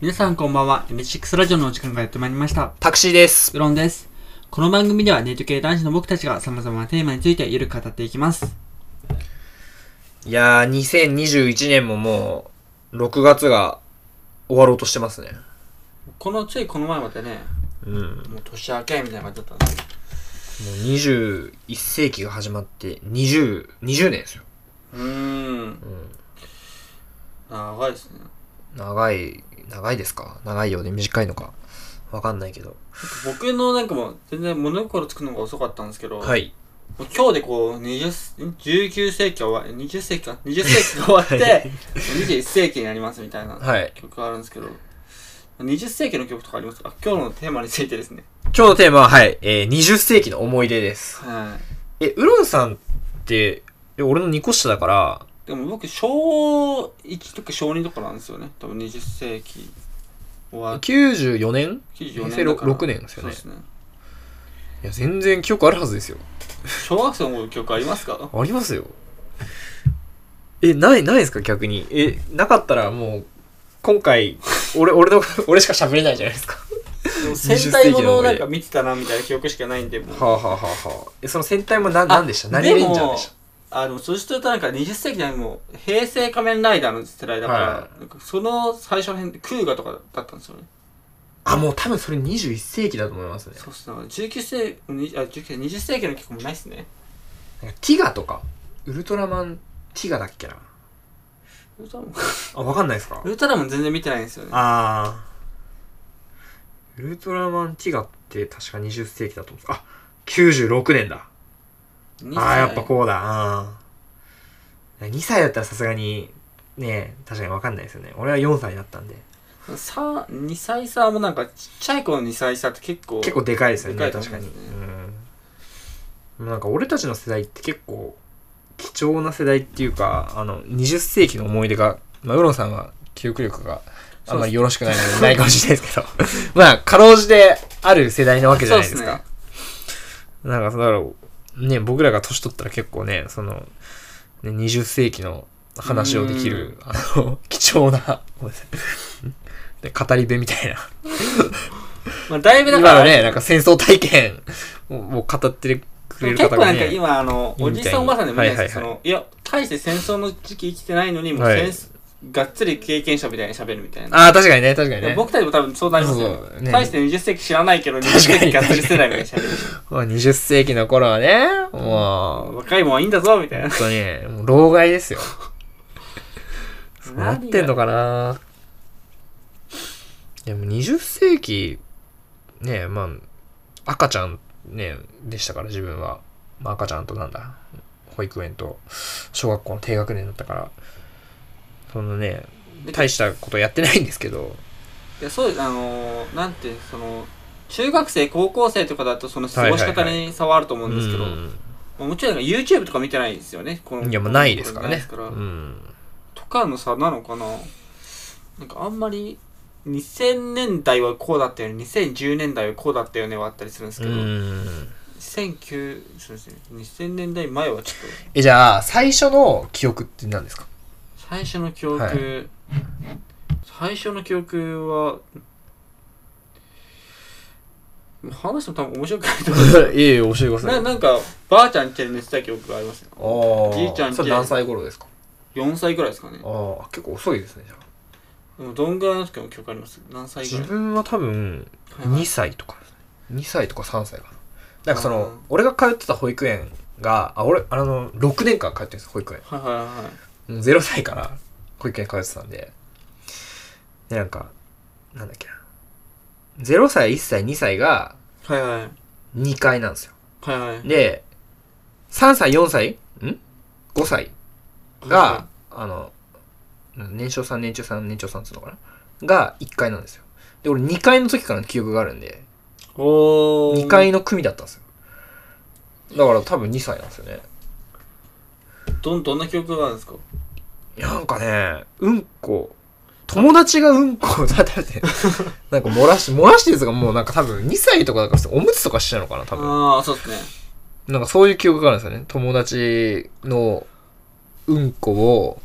皆さんこんばんは。M6 ラジオのお時間がやってまいりました。タクシーです。うろんです。この番組ではネイト系男子の僕たちが様々なテーマについてゆるく語っていきます。いやー、2021年ももう、6月が終わろうとしてますね。この、ついこの前までね、うん。もうもう年明けみたいな感じだったんです21世紀が始まって、20、20年ですよ。うーん。長いですね。長い、長いですか長いようで短いのか。わかんないけど。僕のなんかもう全然物心つくのが遅かったんですけど、い。もう今日でこう20ん19世紀が終わり20世紀か20世紀が終わって21世紀になりますみたいなはい。曲があるんですけど20世紀の曲とかありますかあ今日のテーマについてですね今日のテーマは、はい、えー、20世紀の思い出です。はえ、ウロンさんって、え俺の2個下だから、いでも僕小1とか小2とかなんですよね多分20世紀終わっ94年94年だから平成6年ですよねそうですねいや、全然記憶あるはずですよ。小学生の曲ありますかありますよ。え、ない、ないですか逆に。え、なかったらもう、今回、俺、俺の、俺しか喋れないじゃないですか。でも戦隊ものを20世紀の思い出なんか見てたなみたいな記憶しかないんでもうはあ、はあはあはあ、え、その戦隊もな、あなんでした何レンジャーでしもあのそうするとなんか20世紀じゃないもう平成仮面ライダーの世代だから、はなんかその最初の辺でクーガとかだったんですよねたあ、もう多分それ21世紀だと思いますね。そうっすね19世紀にあ19世紀20世紀の曲もないっすねなんかティガとか、ウルトラマンティガだっけな。ウルトラマンあ、わかんないですかウルトラマン全然見てないんですよねあー。ウルトラマンティガって確か20世紀だと思うんです。あ、96年だ。 20ああ、やっぱこうだ。うん。2歳だったらさすがに、ね確かにわかんないですよね。俺は4歳だったんで。さ2歳差もなんかちっちゃい子の2歳差って結構結構でかいですよね、でかいと確思かいまに。すねうん。なんか俺たちの世代って結構、貴重な世代っていうか、あの、20世紀の思い出が、まあ、ウロンさんは記憶力があんまりよろしくないので、ないかもしれないですけど、 まあ、かろうじてある世代なわけじゃないですそうっか。なんか、そうだろう、ね、僕らが年取ったら結構ね、その、ね、20世紀の話をできる、あの、 貴重な、ごめんなさいで語り部みたいな。まあ、だいぶだ今からのね、なんか戦争体験をを語ってくれる結構方がなんかね、今あのいいおみたいにじさんおばさんでもいいですかはいはいそのいや大して戦争の時期生きてないのにもうはい戦争がっつり経験者みたいに喋るみたいなああ、確かにね、確かにね。僕たちも多分そうなりますそようそね。うね大して20世紀知らないけど、20世か紀にがっつり世代みたいに喋るし。まあ20世紀の頃はね、 もう、若いもんはいいんだぞ、みたいな本。当に、もう老害です よ。そうなってんのかないや、もう20世紀、ね、まあ、赤ちゃん、ね、でしたから、自分は。まあ、赤ちゃんとなんだ、保育園と、小学校の低学年だったから、そのね、大したことやってないんですけど、いや、そうです。あのー、なんて、その、中学生、高校生とかだと、その過ごし方はいはいに差はあると思うんですけど、うんまあもちろんなんか YouTube とか見てないですよね。このいや、もうないですからないね。かうらん。とかの差なのかななんかあんまり、2000年代はこうだったよね、2010年代はこうだったよねはあったりするんですうけど、ん。 19そうですね、2000年代前はちょっと、え、じゃあ、最初の記憶って何ですか最初の記憶、はい最初の記憶はもう話しても多分面白くないと思 いえいえ、教えてくだうな。なんかばあちゃん家で寝てた記憶がありますよああ。じいちゃんそれ何歳頃ですか4歳ぐらいですかねああ、結構遅いですね、じゃあ。でもどんぐらいの時の記憶あります何歳ぐ自らい分は多分、はい2歳とか、2歳とか3歳かな。なんかそあーの、俺が通ってた保育園が、あ、俺、あの、6年間通ってるんです、保育園。はいはいはもう0歳から保育園通ってたんで、で、なんか、なんだっけな。0歳、1歳、2歳がいはいはい2階なんですよ。はいはいはいで、3歳、4歳ん ?5 歳が、あの、年少さん、年中さん、年長さんっていうのかなが1階なんですよ。で、俺2階の時からの記憶があるんで、おお2階の組だったんですよ。だから多分2歳なんですよね。どんどんな記憶があるんですかいやなんかね、うんこ、友達がうんこを食 べて、なんか漏らして、漏らしてですがもうなんか多分2歳とかだからおむつとかしてたのかな、多分。ああそうですねなんかそういう記憶があるんですよね。友達のうんこを、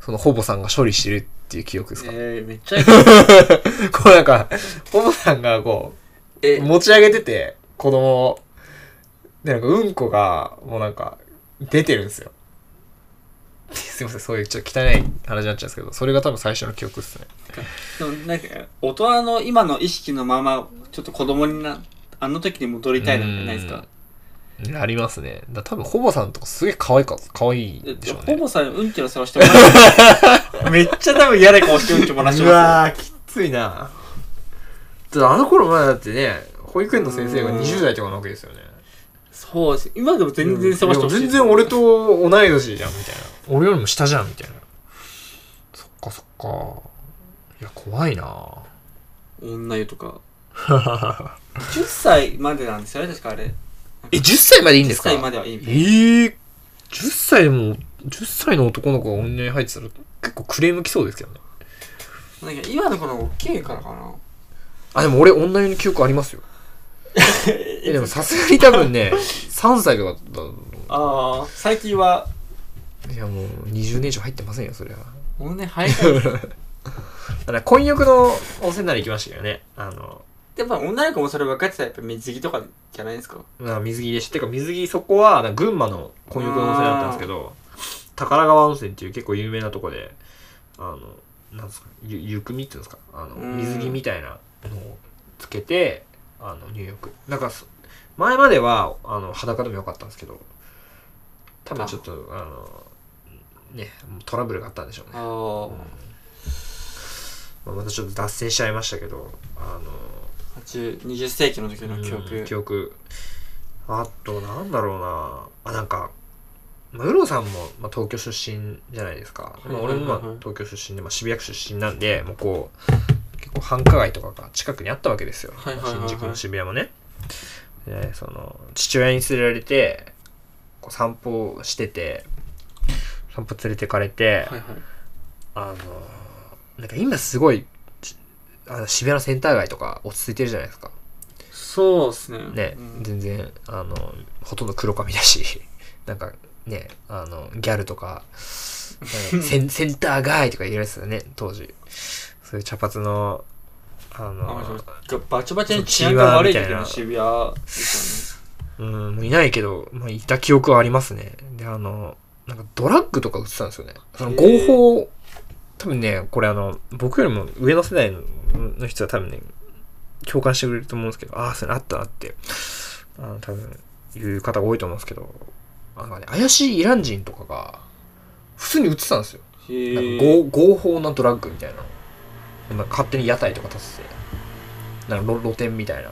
そのほぼさんが処理してるっていう記憶ですか、えー、めっ ちゃいいかも。 こうなんか、おばさんがこう、え、持ち上げてて、子供を。で、なんかうんこが、もうなんか、出てるんですよ。 すいません、そういうちょっと汚い話になっちゃうんですけど、それが多分最初の記憶ですね。でもなんか、大人の今の意識のまま、ちょっと子供にな、あの時に戻りたいなんてないですかありますね。だ多分、ほぼさんとかすげえ可愛いか、可愛いえでしょうほね。ぼさ、うんちの世話してもらう。 めっちゃ多分嫌な顔してうんちもらしてうまわー、きついな。だってあの頃まだだってね、保育園の先生がうん20代とかなわけですよね。す。そうです。今でも全然世話してほしい。いや全然俺と同い年じゃんみたいな俺よりも下じゃんみたいなそっかそっかいや怖いな女湯とか。10歳までなんですよね、確かあれ。 え10歳までいいん10ですか歳まではいいみえたい。ー、10歳でも10歳の男の子が女に入ってたら結構クレームきそうですけどねなんか今の子の方が大きいからかな。あでも俺女用の記憶あ りますよえでもさすがに多分ね3歳とかだったと思ああ、最近は、ういやもう20年以上入ってませんよそれは もうね、早い。だから混浴のお世話になり行きましたよねあのやっぱ女の子もそれ分かってたらやっぱ水着とかじゃないですか。まあ、水着でしてか水着そこはなんか群馬の混浴の温泉だったんですけど宝川温泉っていう結構有名なとこであのなんですかゆゆくみっていうんですかあのうん水着みたいなのをつけてあの入浴なんかそ前まではあの裸でもよかったんですけど多分ちょっとあのねもうトラブルがあったんでしょうあねあ、まあまたちょっと脱線しちゃいましたけどあの10 20世紀の時の記うん記憶。憶あとなんだろうなあなんかまあ、ウロさんも、まあ、東京出身じゃないですか、いはいまあ、俺も、まあはいはい、東京出身で、まあ、渋谷区出身なんでもうこう結構繁華街とかが近くにあったわけですよ、はいはいはいはい新宿も渋谷もねでその父親に連れられてこう散歩してて散歩連れてかれて、はいはい。あのなんか今すごいしあの渋谷のセンター街とか落ち着いてるじゃないですかそうですね。ね、うん全然あのほとんど黒髪だし なんかねあのギャルと かなんかセンセンター街とか言われてたよね当時そういう茶髪のああまあのそうバチバチに治安が悪い時の渋谷ですうんもういないけど、まあ、いた記憶はありますねであのなんかドラッグとか売ってたんですよねそのへ合ー法多分ねこれあの僕よりも上の世代のの人は多分ね共感してくれると思うんですけどああそれあったなってあの多分いう方が多いと思うんですけどなんかね怪しいイラン人とかが普通に売ってたんですよよね。なんへかえ。合合法なドラッグみたいなでまあ勝手に屋台とか立ててなんか露露店みたいな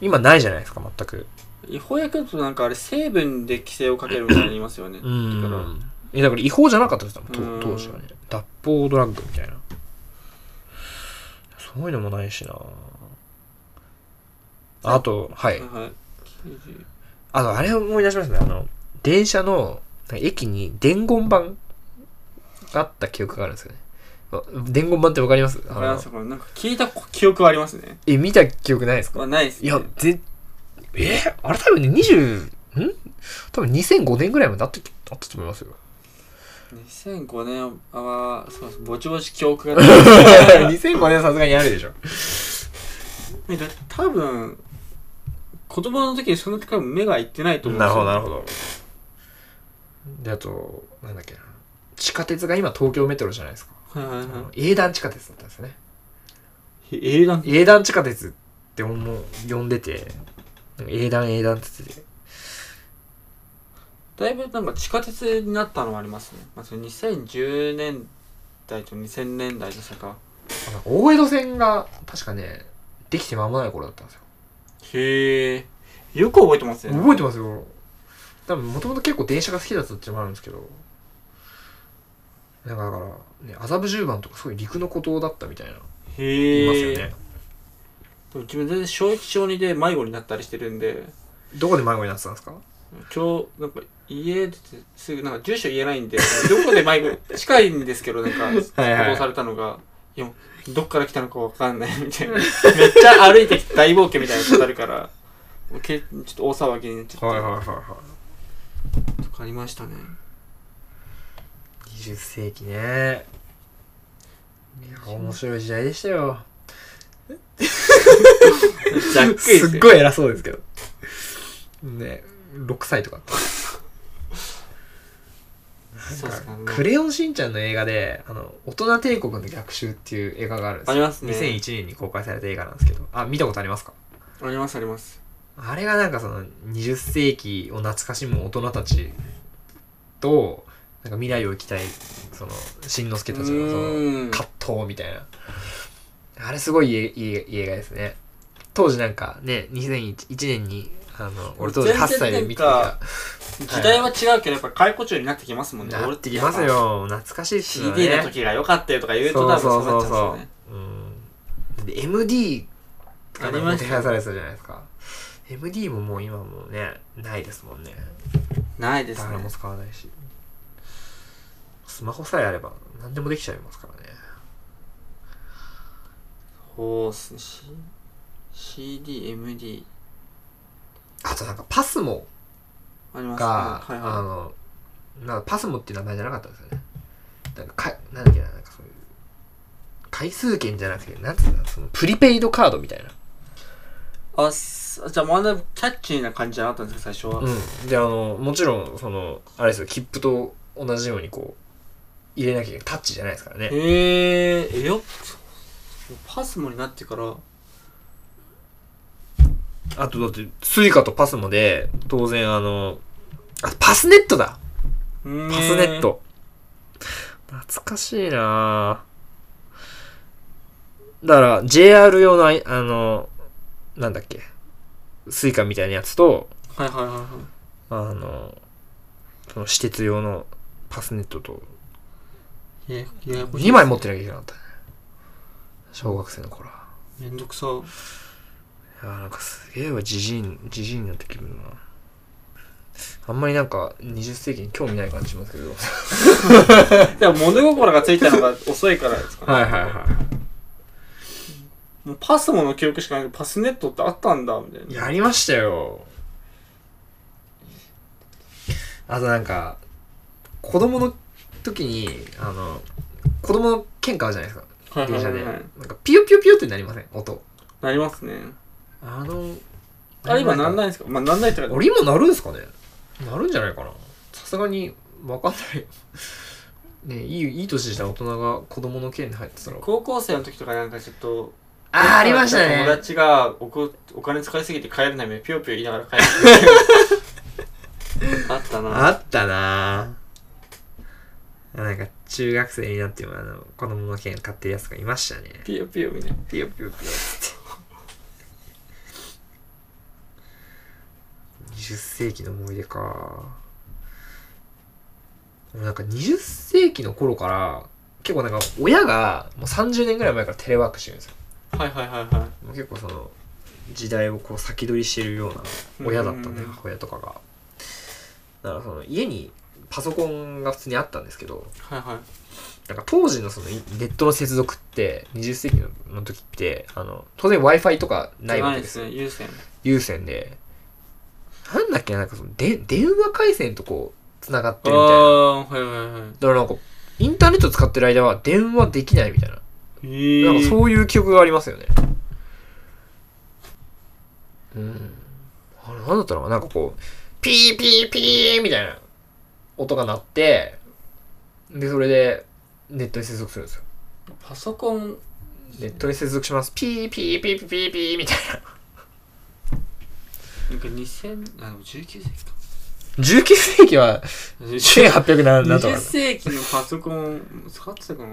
今ないじゃないですか全く違法薬だとなんかあれ成分で規制をかけるみたいに言いますよね。うだからんえだから違法じゃなかったですよとうん当時はね脱法ドラッグみたいなそういうのもないしなあとはいはいはい。あとあれを思い出しますねあの電車の駅に伝言板があった記憶があるんですよねわ伝言板ってわかりますわあかりまのすこれなんか聞いた記憶はありますね。え見た記憶ないですかまあ、ないです、いね。や、ぜ、えーあれ多分ね、20、ん多分2005年ぐらいまであったあったと思いますよ。 2005年は、そうそう、ぼちぼち記憶がない。 2005年はさすがにあるでしょ。ねだ多分子供の時にその時から目がいってないと思うんですよほど。で、あと、なんだっけな。地下鉄が今東京メトロじゃないですか。はいはいあはの英断地下鉄だったんですよね。いえ英断英断地下鉄ってもう呼んでて、なんか英断英断って言ってて。だいぶなんか地下鉄になったのはありますね、まあ、その2010年代と2000年代でしたかあなんか大江戸線が確かね、できて間もない頃だったんですよ。へえよく覚えてますね覚えてますよ多分もともと結構電車が好きだったっていうのもあるんですけどなんかだからね麻布十番とかすごい陸の孤島だったみたいな言いますへよえ、ね、でも自分全然小1小2で迷子になったりしてるんでどこで迷子になってたんですか今日なんか家出てすぐなんか住所言えないんでどこで迷子近いんですけどなんかはいはい報道されたのがいやどっから来たのかわかんないみたいなめっちゃ歩いてきて大冒険みたいなことあるからもうけちょっと大騒ぎになっちゃって、いはとかありましたねい20世紀ね面白い時代でしたよ。ざっくりですすっよごい偉そうですけど。ね、6歳とか。そうっすねクレヨンしんちゃんの映画で、あの、大人帝国の逆襲っていう映画があるんですあよりますね2001年に公開された映画なんですけど。あ、見たことありますかありますありますあれがなんかその20世紀を懐かしむ大人たちと、なんか未来を生きたい、その、しんのすけたちのそのうん葛藤みたいな。あれすごいいいいいいい映画ですね。当時なんかね、2001年に、あの、俺当時8歳で見てた。時代は違うけどやっぱ解雇中になってきますもんねなってきます俺よ。懐かしいっすよね。 CD の時が良かったよとか言うと多分そうなっちゃうんですよねうんで MD があねりもうました手ね配されてたじゃないですか MD ももう今もうねないですもんねないですね誰も使わないしスマホさえあれば何でもできちゃいますからねそうっすね CDMD あとなんかパスモありますねが、はいあはのなんかパスモっていう名前じゃなかったんですよねなんかかなんだっけななんかそういう回数券じゃなくてなんつうんだそのプリペイドカードみたいないあすじゃあまだキャッチーな感じじゃなかったんですか最初は、うん、であのもちろんそのあれですよ切符と同じようにこう入れなきゃいけないタッチじゃないですからねへえー、えよパスモになってからあとだってスイカとパスモで当然あのあパスネットだパパスネット懐かしいなぁだから JR 用のあいあのなんだっけスイカみたいなやつとはいはいはいはいあのその私鉄用のパスネットとやややこしい2枚持ってなきゃいけなかったね小学生の頃はめんどくさいやーなんかすげえわじじいじじいになってくるなあんまりなんか20世紀に興味ない感じしますけどでも物心がついたのが遅いからですかねはいはいはもうパスモの記憶しかないけどパスネットってあったんだみたいなやりましたよあとなんか子供の時にあの子供の喧嘩あるじゃないですかはいは電い車はでい、は、ないんかピヨピヨピヨってなりません音なりますねあのあれ今なんないいんですかまあなんないとか俺今なるんすかねなるんじゃないかなさすがにわかんない よねいいいい年した大人が子供の県に入ってたら高校生の時とかなんかちょっとあーありました友ね達がおこお金使いすぎて帰れないみたいなピヨピヨ言いながら帰ってく るあったなあったなぁなんか中学生になってもあの子供の県買ってるやつがいましたねピヨピヨみたいなピヨピヨピヨって20世紀の思い出かでもなんか20世紀の頃から結構なんか親がもう30年ぐらい前からテレワークしてるんですよはいはいはいはもう結構その時代をこう先取りしてるようない親だったねうん母親とかがだからその家にパソコンが普通にあったんですけどはいはいなんか当時のそのいネットの接続って20世紀の時ってあの当然 w i f i とかないわけですよね優先有線でなんだっけななんかそので電話回線とこうつながってあるみたいなだかあはいはいはいらなんかインターネット使ってる間は電話できないみたいなえなんかー、そういう記憶がありますよね。うん。あれ、なんだったのかななんかこう、ピーピーピーみたいな音が鳴って、で、それでネットに接続するんですよ。パソコンネットに接続します。ピーピーピーピーピーピーみたいな。なんか2000あの19世紀か19世紀は1800何と20かだ。世紀のパソコン使ってたかな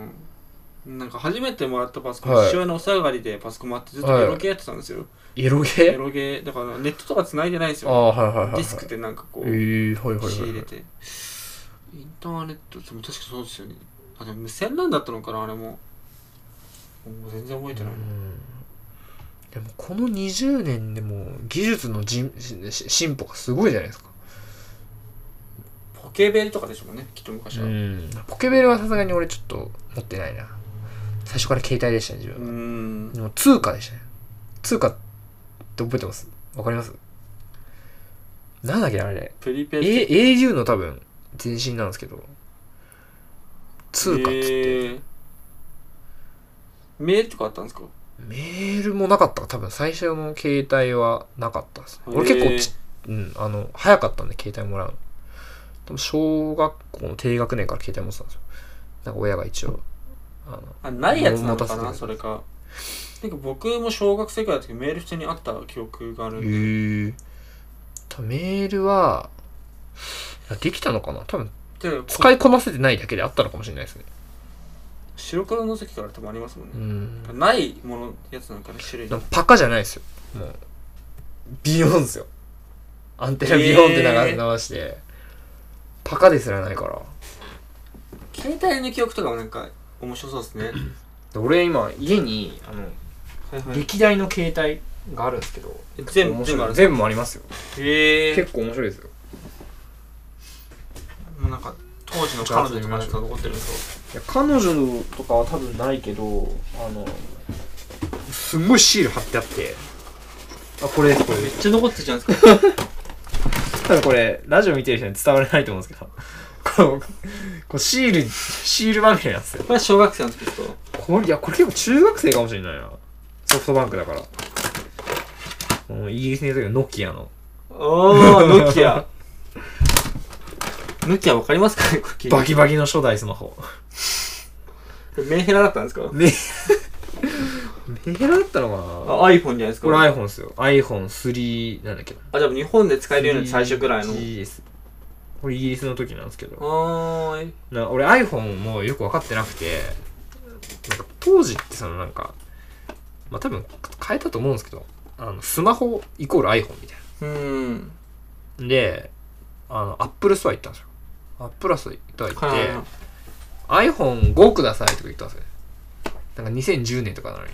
なんか初めてもらったパソコン、はい父親のお下がりでパソコンもあってずっとエロゲーやってたんですよ、エロゲエーロゲーだからネットとか繋いでないんですあよあ、はいはいはいはい。ディスクでなんかこう、えー、はいはい仕入はれい。て、インターネットでも確かそうですよねあでも無線 LAN だったのかなあれももう全然覚えてない、うんでもこの20年でもう技術のじんしし進歩がすごいじゃないですか。ポケベルとかでしょうねきっと昔はうん、ポケベルはさすがに俺ちょっと持ってないな最初から携帯でしたね自う分は、んでも通貨でしたね通貨って覚えてますわかりますなんだっけあれプリペ A- イ au の多分前身なんですけど通貨っつって、えーメールとかあったんですかメールもなかったか多分最初の携帯はなかったですね俺へ結ー構ち、うん、あの早かったんで携帯もらうの多分小学校の低学年から携帯持ってたんですよなんか親が一応あのあないやつなの持たかせてくれなたそれかなんか僕も小学生くらいの時メール普通にあった記憶があるんでへえ多分メールはできたのかな多分でこ使いこなせてないだけであったのかもしれないですね白黒の席から多分ありますもんうね、んないものやつなんかね種類でもパカじゃないですよもうビヨンですよアンテナビヨンって流へ流して、パカですらないから携帯の記憶とかもなんか面白そうです ねで俺今家にあの、はいはい歴代の携帯があるんですけど全部面全部あ白るい全部ありますよへえ結構面白いですよもうなんか当時の彼女とかのやつが残ってるんですかいや彼女とかは多分ないけどあのすんごいシール貼ってあってあこれですこれめでっすちゃ残ってるじゃない ですか多分これラジオ見てる人に伝わらないと思うんですけどこのこうシールシールまみれなんですよこれは小学生の時です かこれいやこれ結構中学生かもしれないなソフトバンクだからこのイギリスにいた時のノキアのおーノキ アノキアわかりますかねこれ聞いてバキバキの初代スマホメンヘラだったんですかメ メヘラだったのかなあ iPhone じゃないですかこれ iPhone ですよ iPhone3 なんだっけなあ、じゃあ日本で使えるような最初くらいの。 3G ですこれイギリスの時なんですけどはーい。な俺 iPhone もよく分かってなくてなんか当時ってそのなんかまあ多分変えたと思うんですけどあのスマホイコール iPhone みたいうなん。で、あの、アップルストア行ったんですよ。アップルストア行って、はいはいはい iPhone5 くださいとか言ったんですよ。なんか2010年とかなのに。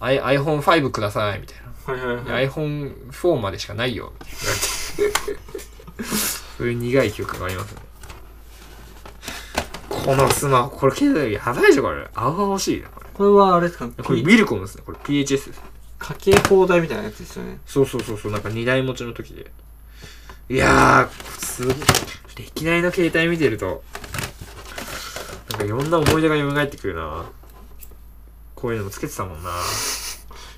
I- iPhone5 くださいみたいな。はいはいはい。 iPhone4 までしかないよみたいな言われて。そういう苦い記憶がありますね。このスマホ、これ携帯やばいでしょこれ。青々しいな、これ。これはあれですかねこれ、ウィルコムですね。これ PHS です。家計放題みたいなやつですよね。そうそうそうそう、なんか二台持ちの時で。いやー、すごい。歴代の携帯見てると、なんかいろんな思い出が蘇ってくるなこういうのもつけてたもんな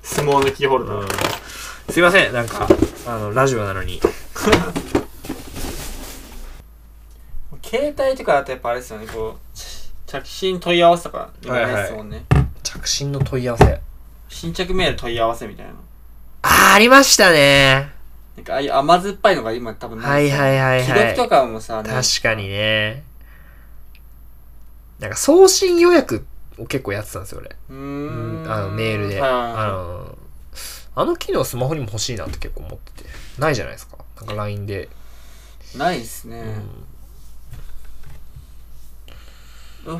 相撲のキーホルダうー。ん。すいません、なんか、あの、ラジオなのに。携帯とかだとやっぱあれですよね、こう、着信問い合わせとか、今ないですもんね。着信の問い合わせ。新着メール問い合わせみたいな。あー、ありましたね。なんかああいう甘酸っぱいのが今多分はいい。はいはい既は読い。とかもさ、なん確かにね。なんか送信予約を結構やってたんですよ、俺。ううーんん。あのメールで、はいはいあはのあの機能スマホにも欲しいなって結構思っててないじゃないですかなんか LINE で、い。ないっすうね。ん、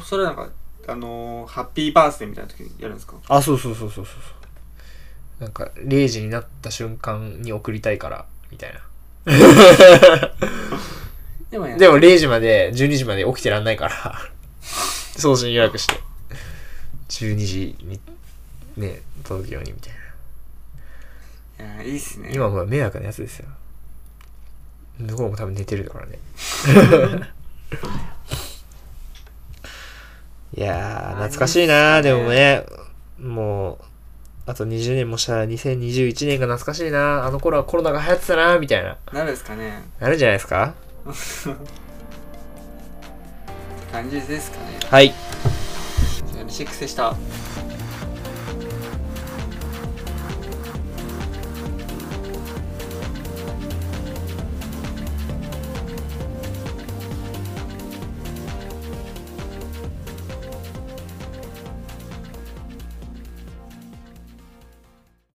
それなんか、あのー、ハッピーバースデーみたいな時にやるんですかあそうそうそうそうそうそうなんか0時になった瞬間に送りたいからみたい なでもね、でも0時まで12時まで起きてらんないから 送信予約して12時にね届くようにみたいないやいいっすね。今もう迷惑なやつですよ向こうも多分寝てるからね いやー懐かしいなーでもねもうあと20年もしたら2021年が懐かしいなーあの頃はコロナが流行ってたなーみたいななるんですかねなるんじゃないですかって感じですかね。はいじゃあ、リシックスでした。